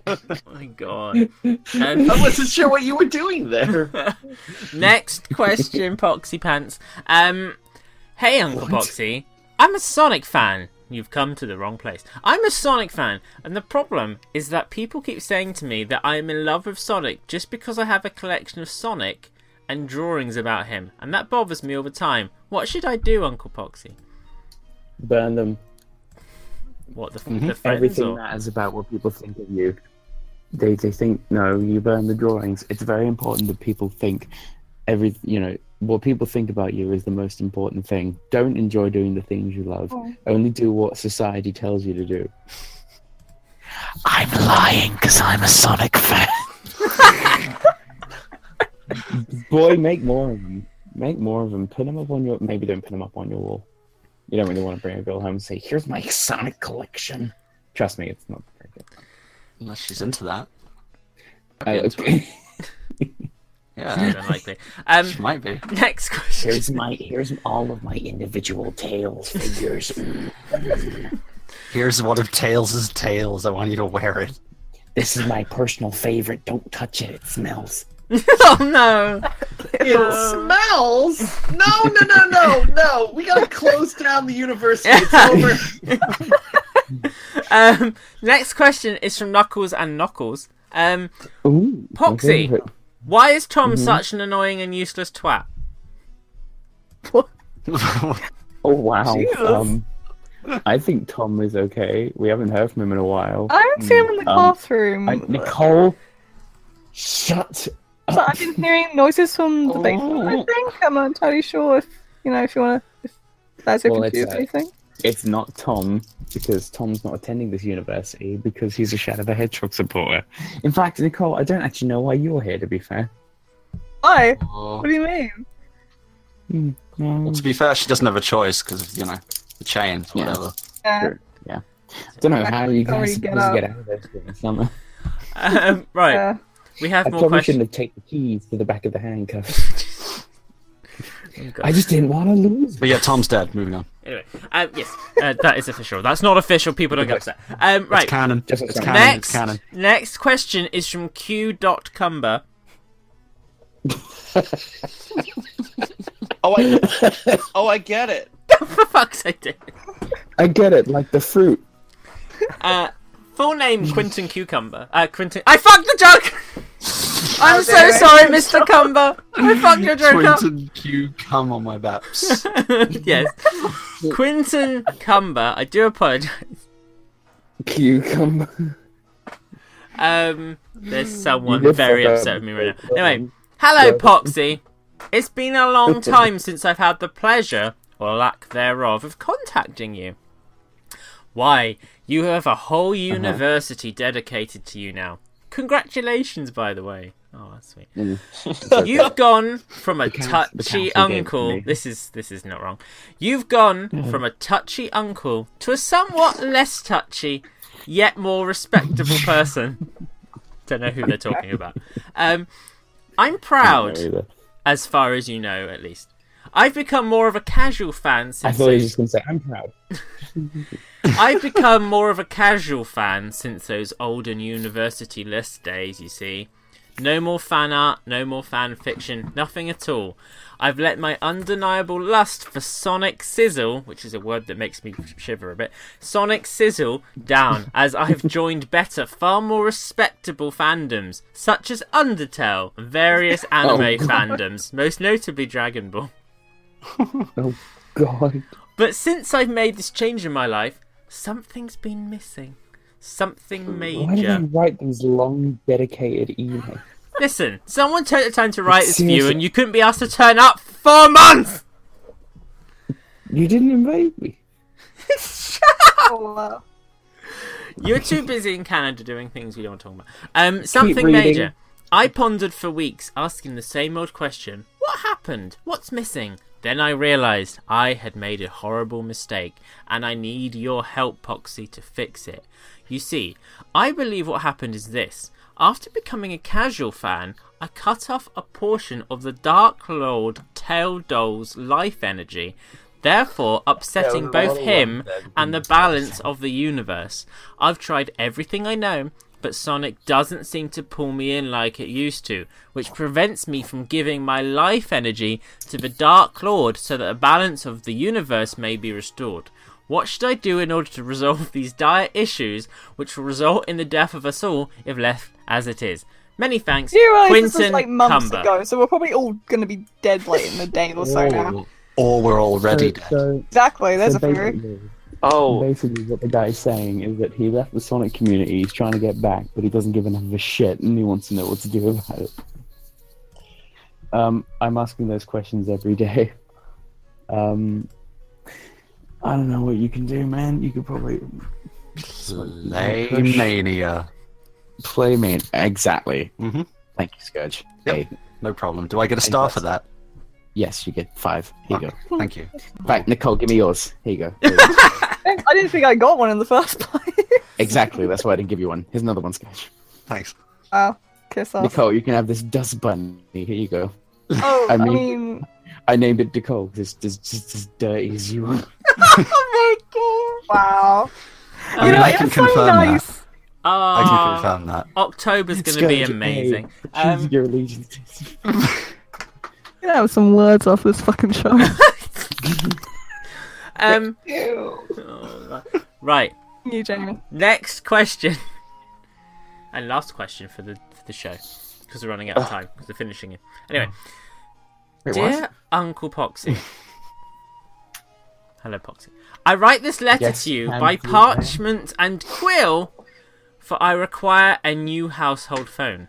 Oh my god. Um, I wasn't sure what you were doing there. Next question, Poxy Pants. Um, hey, Uncle Poxy. I'm a Sonic fan. You've come to the wrong place. I'm a Sonic fan, and the problem is that people keep saying to me that I am in love with Sonic just because I have a collection of Sonic and drawings about him, and that bothers me all the time. What should I do, Uncle Poxy? Burn them. What the, Mhm. the friends Everything or matters about what people think of you. They they think no, you burn the drawings. It's very important that people think every you know what people think about you is the most important thing. Don't enjoy doing the things you love. Oh. Only do what society tells you to do. I'm lying because I'm a Sonic fan. Boy, make more of them. Make more of them. Put them up on your maybe don't put them up on your wall. You don't really want to bring a girl home and say, "Here's my Sonic collection." Trust me, it's not very good. Unless she's into that. Uh, okay. Yeah, unlikely. Um, she might be. next question. Here's my here's all of my individual tails figures. Here's one of Tails' tails. I want you to wear it. this is my personal favorite. Don't touch it. It smells. oh no! It smells. No, no, no, no, no. We gotta close down the university. It's over. Um, next question is from Knuckles and Knuckles. Um, Ooh, my Poxy. favorite. Why is Tom Mm-hmm. such an annoying and useless twat? Oh wow. Um, I think Tom is okay. We haven't heard from him in a while. I haven't seen him in the um, bathroom. I- Nicole, shut So I've been hearing noises from Oh. the basement. I think I'm not entirely sure if you know if you want to. If that's a Well, it's, confused uh, anything. It's not Tom because Tom's not attending this university because he's a Shadow the Hedgehog supporter. In fact, Nicole, I don't actually know why you're here. To be fair, Why? Oh. What do you mean? Well, Mm. to be fair, she doesn't have a choice because of, you know, the chain, or Yeah. whatever. Uh, Sure. I don't know how you guys Sorry, are supposed get to out. get out of this in the summer. Um, right, uh, we I have more probably questions. shouldn't have taken the keys to the back of the handcuffs. I just didn't want to lose. But yeah, Tom's dead. Moving on. Anyway, um, yes, uh, that is official. That's not official. People don't get upset. Um, right, It's canon. Just it's like canon. It's next canon. next question is from Q. Dot Cumber. Oh, I, oh, I get it. For fuck's sake! David. I get it, like the fruit. Uh, full name Quentin Cucumber. Uh, Quentin. I fucked the joke. I'm so sorry, Mr. Cumber. I fucked your joke up. Quentin Q, come on my baps. yes, Quentin Cumber. I do apologize. Cucumber. Um, there's You someone did very fuck up. upset with me right now. Anyway, hello, Yeah. Poxy. It's been a long time since I've had the pleasure, or lack thereof, of contacting you. Why, you have a whole university dedicated to you now. Congratulations, by the way. Oh, that's sweet. You've gone from a council- the touchy council gave it to uncle. me. This is this is not wrong. You've gone from a touchy uncle to a somewhat less touchy, yet more respectable person. Don't know who they're talking about. Um, I'm proud, either. as far as you know, at least. I've become more of a casual fan I since thought he was just going to say, I'm proud. I've become more of a casual fan since those olden university list days, you see. No more fan art, no more fan fiction, nothing at all. I've let my undeniable lust for sonic sizzle, which is a word that makes me shiver a bit, sonic sizzle down as I've joined better, far more respectable fandoms, such as Undertale, and various anime fandoms, most notably Dragon Ball. Oh, God. But since I've made this change in my life, something's been missing. Something Why do they major. write these long, dedicated emails? Listen, someone took the time to write this for you, Seriously. and you couldn't be asked to turn up for four months. You didn't invite me. Oh, wow. You're too busy in Canada doing things we don't want to talk about. Um, something reading. major. I pondered for weeks, asking the same old question: What happened? What's missing? Then I realized I had made a horrible mistake, and I need your help, Poxy, to fix it. You see, I believe what happened is this. After becoming a casual fan, I cut off a portion of the Dark Lord Tail Doll's life energy, therefore upsetting both him and the balance of the universe. I've tried everything I know, but Sonic doesn't seem to pull me in like it used to, which prevents me from giving my life energy to the Dark Lord so that the balance of the universe may be restored. What should I do in order to resolve these dire issues, which will result in the death of us all if left as it is? Many thanks, Do you realize this was Quinton like months Cumber. ago, so we're probably all going to be dead late in the day or so now. Or, or we're already dead. So, Exactly, there's Oh. so a theory. basically, Oh, basically, what the guy's saying is that he left the Sonic community, he's trying to get back, but he doesn't give enough of a shit, and he wants to know what to do about it. Um, I'm asking those questions every day. Um, I don't know what you can do, man. You could probably Playmania. play me. Exactly. Mhm. Thank you, Scourge. Yep. Hey, No problem. Do I get a star for that? yes, you get five. Here you Okay, Thank you. go. Right, Nicole, give me yours. Here you go. I didn't think I got one in the first place. exactly. That's why I didn't give you one. Here's another one, Scourge. Thanks. Wow, Uh, kiss off. Nicole, you can have this dust bunny. Here you go. Oh, I I mean- mean, I named it Nicole. This this just as dirty as you are. oh my god! Wow, I you mean, know I it's can so confirm nice. that. I can Ah, confirm that. October's going to be amazing. Um, your allegiances. Gonna have some words off this fucking show. um, oh, right. you, Jamie. Next question. and last question for the for the show. Because we're running out of time. Because we're finishing it. Anyway. Dear Uncle Poxy. Hello, Poxy. I write this letter Yes, to you and by you may. parchment and quill, for I require a new household phone.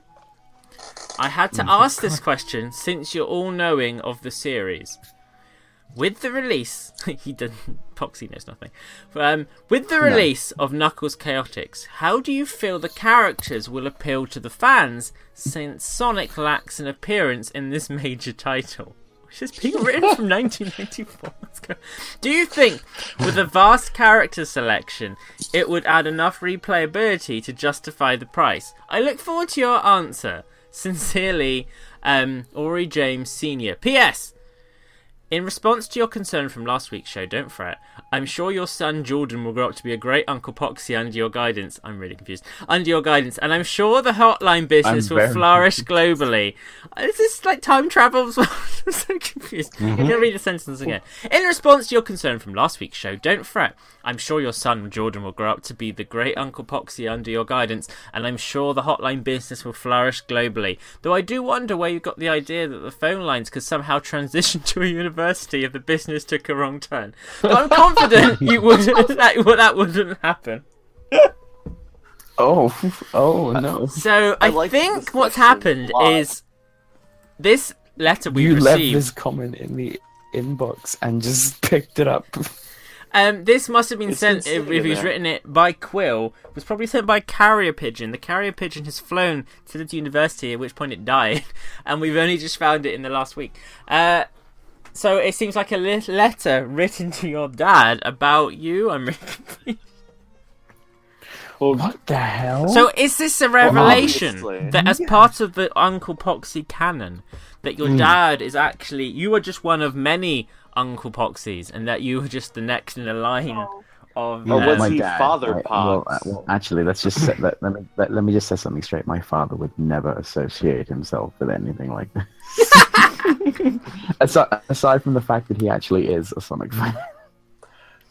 I had Oh to ask this question since you're all knowing of the series. With the release, he didn't. Poxy knows nothing. Um, with the release of Knuckles Chaotix, how do you feel the characters will appeal to the fans since Sonic lacks an appearance in this major title? Which is being written from 1994. Let's go. Do you think, with a vast character selection, it would add enough replayability to justify the price? I look forward to your answer. Sincerely, um, Ori James Sr. P.S. In response to your concern from last week's show, don't fret. I'm sure your son Jordan will grow up to be a great Uncle Poxy under your guidance. I'm really confused. Under your guidance, and I'm sure the hotline business I'm will very flourish globally. Is this like time travel? as well? I'm so confused. I'm going to read the sentence again. In response to your concern from last week's show, don't fret. I'm sure your son Jordan will grow up to be the great Uncle Poxy under your guidance, and I'm sure the hotline business will flourish globally. Though I do wonder where you got the idea that the phone lines could somehow transition to a university if the business took a wrong turn. But I'm confident you wouldn't, that, well, that wouldn't happen. Oh, oh no. So I, like think this what's question a happened lot. is this letter we you left received. this comment in the inbox and just picked it up. Um, this must have been sent insane, if, if he's isn't it? written it by Quill. Was probably sent by carrier pigeon. The carrier pigeon has flown to the university, at which point it died, and we've only just found it in the last week. Uh, so it seems like a lit- letter written to your dad about you. I'm really confused. what the oh, hell? So is this a revelation obviously. that as part of the Uncle Poxy canon, that your dad is actually you are just one of many Uncle Poxies, and that you are just the next in the line of Oh, Or was um, he Father right, Pox? well, uh, well, actually, let's just set, let, let me let, let me just say something straight. My father would never associate himself with anything like this. aside, aside from the fact that he actually is a Sonic fan,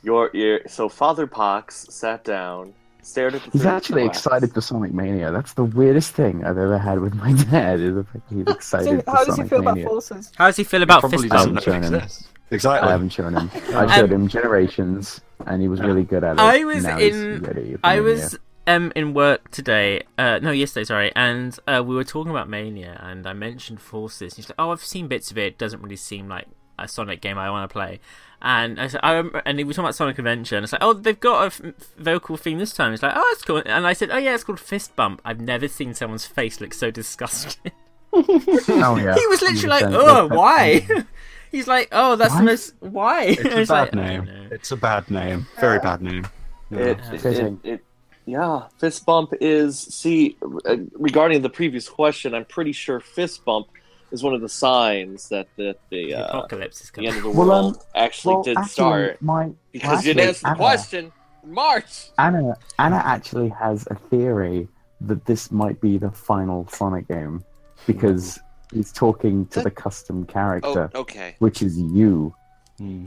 Your, your so Father Pox sat down, stared at the. he's third actually class. excited for Sonic Mania. That's the weirdest thing I've ever had with my dad. Is the fact that he's So excited for how does he Sonic feel about Mania. forces? How does he feel about Probably fist doesn't bump? know it Churning. exists. I Exactly. haven't shown him. I showed him Generations, and he was really good at it. Um, I was Now he's in- ready for I Mania. was um in work today, uh no yesterday sorry, and uh, we were talking about Mania and I mentioned Forces. And he's like, oh, I've seen bits of it. It doesn't really seem like a Sonic game I want to play. And I said, I remember, and we were talking about Sonic Adventure, and it's like, oh, they've got a f- vocal theme this time. It's like, oh, that's cool. And I said, oh yeah, it's called Fist Bump. I've never seen someone's face look so disgusted. Oh, yeah. he was literally like, 100%. oh, That's- why? He's like, oh, that's the Why? most why. It's a bad name. It's a bad name. Very bad name. Yeah. It, it, it, Fitting. it, yeah, fist bump is. See, uh, regarding the previous question, I'm pretty sure fist bump is one of the signs that that the The uh, apocalypse is the coming. end of the world Well, um, actually Well, did actually, start My, because you actually, didn't answer the Anna- question. March. Anna, Anna actually has a theory that this might be the final Sonic game because he's talking to the custom Oh, character, okay. which is you. Hmm.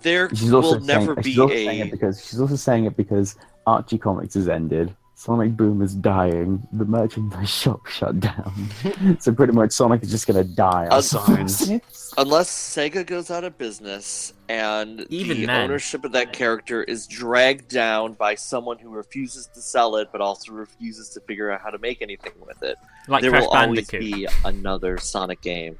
There She's also will saying, never be she's also saying it a. because she's also saying it because Archie Comics has ended. Sonic Boom is dying. The merchandise shop shut down. so pretty much Sonic is just gonna die. Uh, signs. Unless Sega goes out of business and Even the then. ownership of that character is dragged down by someone who refuses to sell it but also refuses to figure out how to make anything with it, Like there Crash will always Bandicoot. be another Sonic game.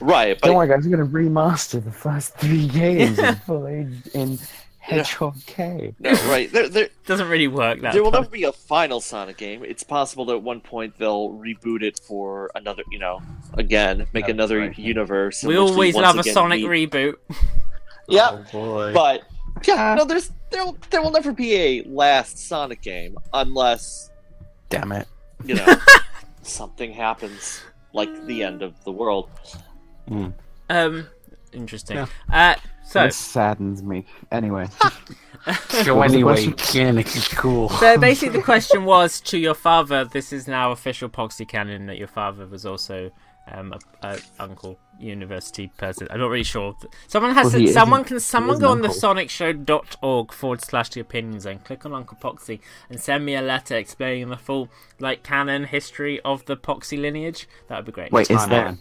right, Don't but worry, guys. We're gonna remaster the first three games in full age in Hedgehog K. no, right. There, there, Doesn't really work that. there will way. never be a final Sonic game. It's possible that at one point they'll reboot it for another, you know, again, make another universe. in We which always once love a again Sonic meet- reboot. Yep. Oh, boy. But yeah, Uh, no, there's there will- there will never be a last Sonic game unless Damn it. you know something happens like the end of the world. Um, interesting. Yeah. Uh, so This saddens me. Anyway, Go was the anyway, question? Yannick is cool. so basically, the question was to your father. This is now official Poxy canon that your father was also um a, a uncle university person. I'm not really sure. Someone has Well, to- he is someone an- can he someone is go an on the uncle. sonicshow.org forward slash the opinion zone. Click on Uncle Poxy and send me a letter explaining the full like canon history of the Poxy lineage. That would be great. Wait, is Time there? on.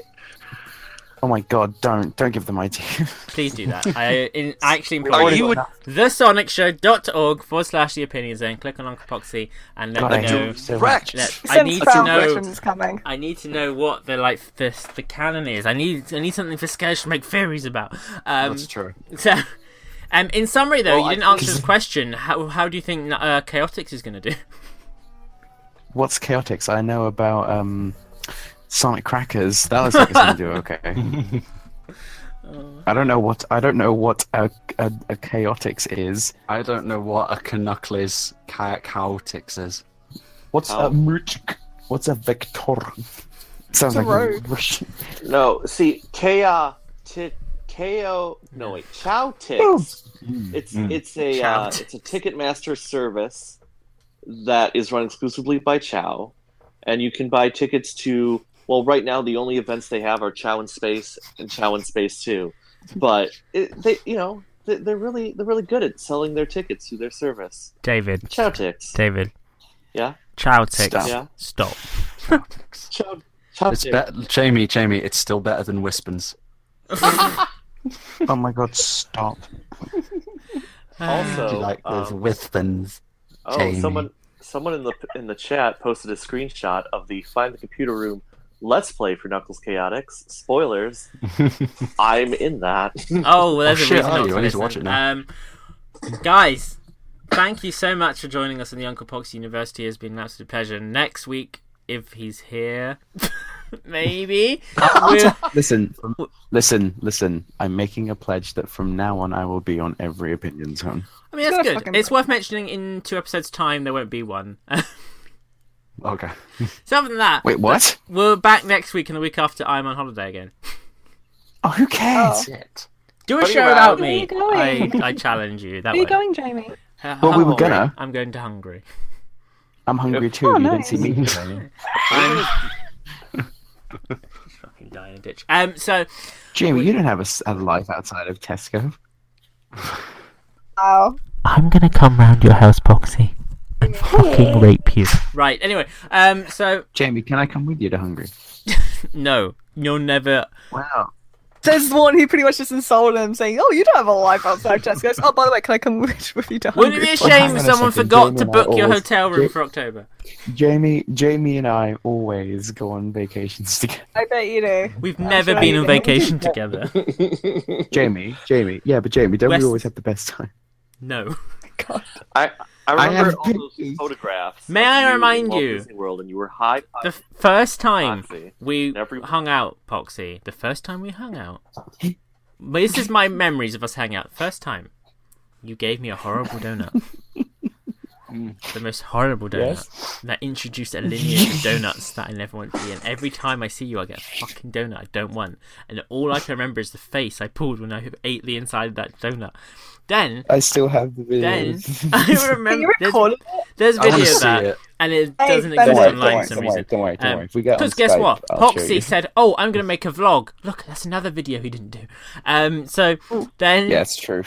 Oh my god! Don't don't give them idea. Please do that. I uh, in, I actually implore Are you. you thesonicshow.org forward slash the opinion zone. Click on Uncle Poxy and let God, I me hate know. you so Correct. Let, I Since need to Crown know. Version's coming. I need to know what the like the the canon is. I need I need something for Scourge to make theories about. Um, That's true. so, um, in summary though, Well, you I didn't answer the question. How how do you think uh, Chaotix is going to do? What's Chaotix? I know about um, Sonic Crackers. That looks like it's gonna do okay. I don't know what I don't know what a, a, a Chaotix is. I don't know what a Canuckles ca- Chaotix is. What's Oh. a Murchk? What's a Vector? Sounds a like road. Russian. No, see, Kea tit Ko no wait, Chow Tix. It's Mm. it's a uh, Chowtix. it's a Ticketmaster service that is run exclusively by Chow, and you can buy tickets to. Well, right now the only events they have are Chow in Space and Chow in Space Two, but it, they you know they, they're really they're really good at selling their tickets through their service. David, Chow Tix, David, yeah, Chaotix, Stop. yeah, stop. Chow. Chow It's Tix. be- Jamie, Jamie, it's still better than Wispins. Oh my god! Stop. Also, Uh, Do you like those um, Wispins? Oh, Jamie. someone someone in the in the chat posted a screenshot of the Find the Computer Room Let's Play for Knuckles Chaotix. Spoilers. I'm in that. Oh, well, there's Oh, a shit, reason are not you? to I need to listen. watch it now. Um, guys, thank you so much for joining us in the Uncle Pox University. It's been an absolute pleasure. Next week, if he's here, maybe. we'll- Listen, W- listen, listen. I'm making a pledge that from now on I will be on every opinion zone. I mean, that's Gotta good. fucking- It's worth mentioning in two episodes' time, there won't be one. Okay. so, other than that, Wait, what? we're back next week and the week after I'm on holiday again. Oh, who cares? Shit. Do a Pretty show well. about Where are you me. I, going? I challenge you. That Where are you way. going, Jamie? Uh, Well, we were Hungary. gonna. I'm going to Hungary. I'm hungry too. Oh, you nice. didn't see me. today. Fucking die in a ditch. Um, so Jamie, you don't have a, s- a life outside of Tesco. Oh. I'm gonna come round your house, Poxy, and fucking rape you. right. Anyway, um, so Jamie, can I come with you to Hungary? no, you'll never. Wow. There's one who pretty much just insulted him, saying, "Oh, you don't have a life outside Jess." Goes, "Oh, by the way, can I come with with you to Wouldn't it be Hungary?" a Well, shame hang if on a someone second, forgot Jamie to and I book your always- hotel room Ja- for October? Jamie, Jamie, and I always go on vacations together. I bet you do. We've never right, been on yeah. vacation together. Jamie, Jamie, yeah, but Jamie, don't West- we always have the best time? No. God. I, I I remember have all those pictures. photographs. May of I you in remind Walt you- Disney World, and you were high. The f- first time Poxy. we Every- hung out, Poxy. The first time we hung out. But this is my memories of us hanging out. First time, you gave me a horrible donut. the most horrible donut that introduced a lineage of donuts that I never want to be. And every time I see you, I get a fucking donut I don't want. And all I can remember is the face I pulled when I ate the inside of that donut. Then, I still have the then videos. I Can you remember there's, record it? there's I want video to of see that, it. and it Hey, doesn't Ben, exist don't, It's worry, don't, online worry, for don't, some worry, reason. don't worry, don't worry. Um, If we get on Because guess Skype, what? I'll show Poxy you. said, "Oh, I'm going to make a vlog. Look, that's another video he didn't do." Um, so then, Yeah, it's true.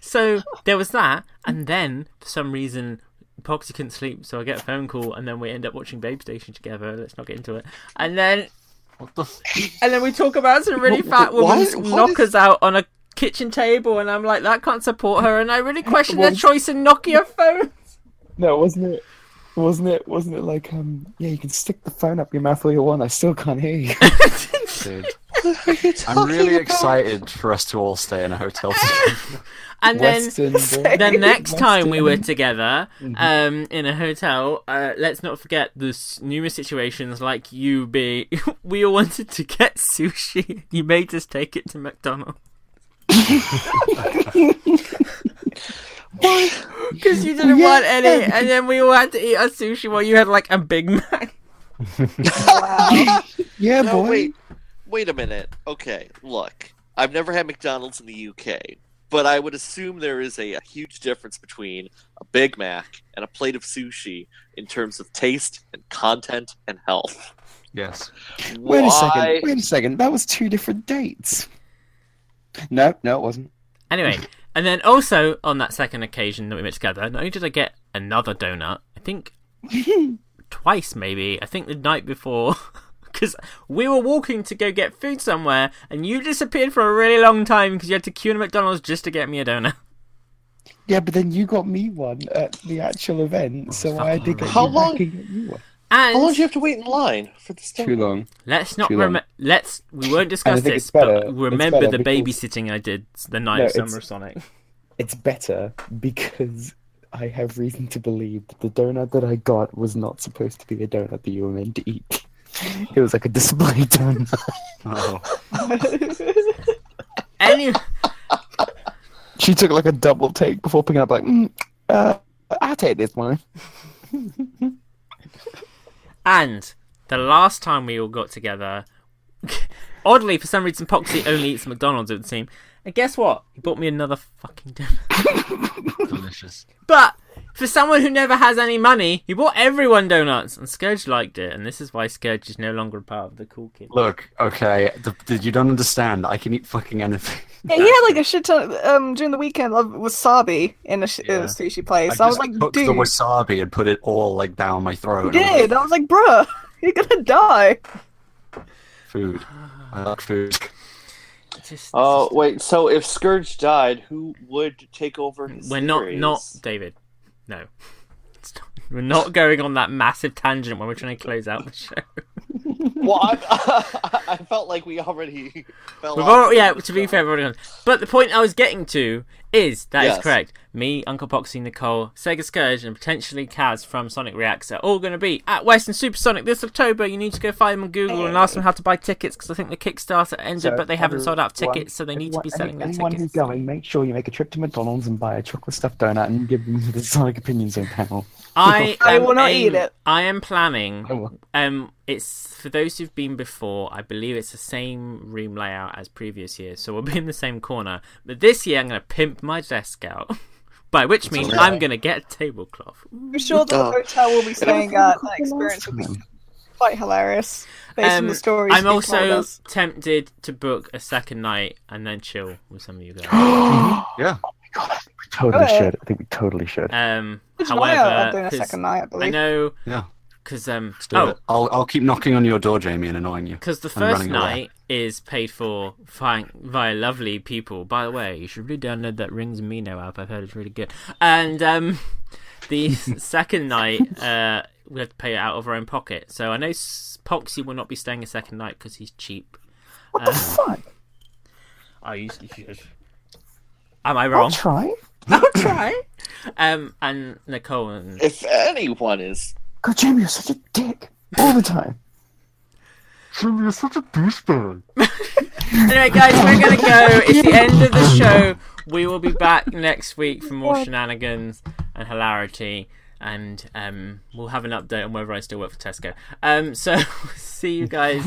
so there was that, and then for some reason, Poxy couldn't sleep, so I get a phone call, and then we end up watching Babe Station together. Let's not get into it. And then, What the? F- and then we talk about some really fat why- woman's what knockers out on a kitchen table, and I'm like, that can't support her, and I really question their choice in Nokia phone. No, wasn't it? Wasn't it? Wasn't it like um? Yeah, you can stick the phone up your mouth all you want. I still can't hear you. dude. I'm really excited for us to all stay in a hotel together. And then. Western. bro. the next time we were Western. together um, in a hotel, uh, let's not forget the s- numerous situations like you be. we all wanted to get sushi. You made us take it to McDonald's. Because you didn't want any, and then we all had to eat our sushi while you had like a Big Mac. Wow. Yeah, No, boy. wait, wait a minute. Okay, look, I've never had McDonald's in the UK, but I would assume there is a, a huge difference between a Big Mac and a plate of sushi in terms of taste and content and health. yes. Wait a Why- second. Wait a second. That was two different dates. No, no, it wasn't. Anyway, and then also on that second occasion that we met together, not only did I get another donut, I think twice maybe. I think the night before, because we were walking to go get food somewhere, and you disappeared for a really long time because you had to queue in a McDonald's just to get me a donut. Yeah, but then you got me one at the actual event, so I did get How you long- back and get you one. How long And do you have to wait in line for this? Too long. let's not Too long. rem- let's we won't discuss think this, it's better- but it's remember better the because- babysitting I did the night No, of it's- Summer of Sonic. It's better because I have reason to believe that the donut that I got was not supposed to be a donut that you were meant to eat. It was like a display donut. Oh. Any- She took like a double take before picking up, like, mm, uh, I'll take this one. And the last time we all got together, oddly for some reason, Poxy only eats McDonald's. It would seem. And guess what? He bought me another fucking donut. Delicious. But for someone who never has any money, he bought everyone donuts, and Scourge liked it. And this is why Scourge is no longer a part of the cool kid. Look, okay, the, the, you don't understand. I can eat fucking anything. Yeah, he had like a shit ton of, um during the weekend of wasabi in a, sh- in Yeah. a sushi place. I, I was just like, cooked dude, the wasabi and put it all like down my throat. you and I'm like, did. I was like, bruh, you're gonna die. food. I like food. It's just- Oh wait, so if Scourge died, who would take over? His we're not not David. No, It's not- we're not going on that massive tangent when we're trying to close out the show. well, I, I felt like we already fell We've off. already, yeah, to be fair, we've already gone. But the point I was getting to is that is Yes. correct. Me, Uncle Poxy, Nicole, Sega Scourge, and potentially Kaz from Sonic Reacts are all going to be at Western Supersonic this October. You need to go find them on Google and ask them how to buy tickets because I think the Kickstarter ended, but they haven't sold out tickets, so they need to be selling their anyone who's tickets. going, make sure you make a trip to McDonald's and buy a chocolate stuffed donut and give them to the Sonic Opinions Zone panel. I, I am will not aim- eat it. I am planning. I will. Um, it's for those who've been before. I believe it's the same room layout as previous years, so we'll be in the same corner. But this year, I'm going to pimp my desk out, by which means I'm going to get a tablecloth. I'm sure the hotel we'll be staying at. That experience will be quite hilarious based on the Um, stories. I'm you told also us. tempted to book a second night and then chill with some of you guys. Yeah. Totally Good. should. I think we totally should. um, There's no way I'm doing however, a 'cause second night, I I believe. know Yeah. because um, Let's do oh, it. I'll, I'll keep knocking on your door, Jamie, and annoying you. Because the I'm first running away. night is paid for via, via lovely people. By the way, you should really download that Rings and Mino app. I've heard it's really good. And um, the s- second night, uh, we have to pay it out of our own pocket. So I know S- Poxy will not be staying a second night because he's cheap. What Um, the fuck? I usually should. Am I I'll wrong? try. Um, and Nicole and If anyone is, God, Jamie, you're such a dick all the time. Anyway, guys, we're gonna go. It's the end of the show. We will be back next week for more shenanigans and hilarity, and um, we'll have an update on whether I still work for Tesco. Um, so see you guys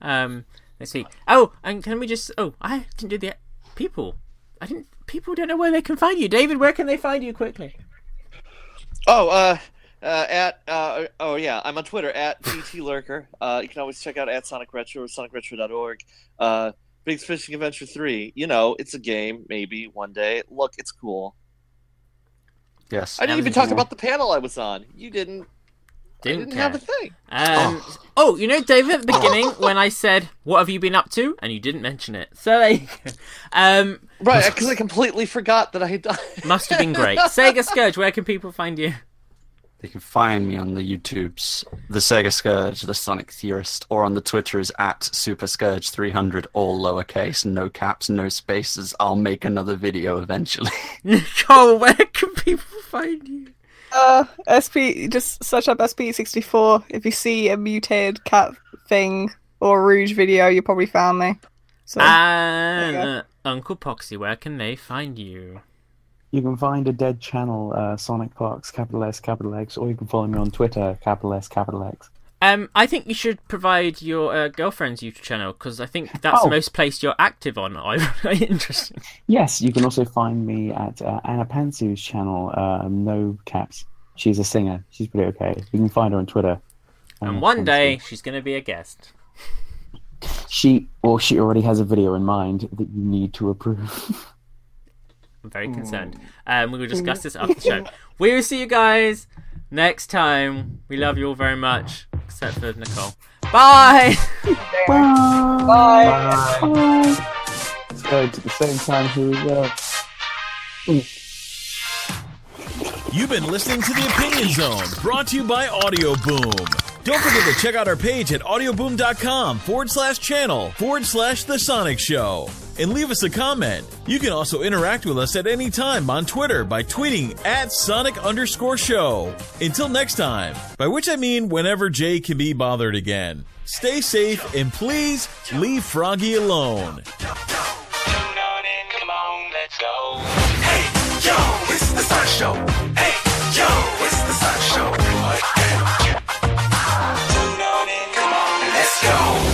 um, next week. Oh, and can we just? Oh, I didn't do the people. I didn't. People don't know where they can find you. David, where can they find you quickly? oh, uh, uh, at uh, oh yeah, I'm on Twitter at GT Lurker. Uh, you can always check out at Sonic Retro or SonicRetro.org. Uh, Big Fishing Adventure Three. You know, it's a game. Maybe one day. Look, it's cool. Yes. I didn't even Amazon. talk about the panel I was on. You didn't. I Didn't didn't have a care. thing. Um, oh, you know, David, at the beginning when I said, "What have you been up to?" and you didn't mention it, so there you go. Um, Right, because I completely forgot that I had done. Must have been great. Sega Scourge, where can people find you? They can find me on the YouTubes, the Sega Scourge, the Sonic Theorist, or on the Twitters at Super Scourge 300, all lowercase, no caps, no spaces. I'll make another video eventually. Nicole, where can people find you? Uh, SP, just search up SP64. If you see a mutated cat thing or a Rouge video, you probably found me. So, And There uh, Uncle Poxy, where can they find you? You can find a dead channel, uh, Sonic Parks, capital S, capital X, or you can follow me on Twitter, capital S, capital X. Um, I think you should provide your uh, girlfriend's YouTube channel because I think that's Oh. the most place you're active on. I interesting. Yes, you can also find me at uh, Anna Pansu's channel, uh, No Caps. She's a singer. She's pretty okay. You can find her on Twitter. Anna And one Pansu. day she's going to be a guest. She, well, she already has a video in mind that you need to approve. I'm very concerned. Um, we will discuss this after the show. We will see you guys next time. We love you all very much, except for Nicole. Bye. bye. Let's go to the same time here we go. You've been listening to The Opinion Zone, brought to you by Audio Boom. Don't forget to check out our page at audioboom.com forward slash channel forward slash The Sonic Show and leave us a comment. You can also interact with us at any time on Twitter by tweeting at Sonic underscore show. Until next time, by which I mean whenever Jay can be bothered again. Stay safe and please leave Froggy alone. Come on in, come on, let's go. Hey, yo, it's the Sun Show. Hey, yo, it's the Sun Show. Tune on in, come on, let's go.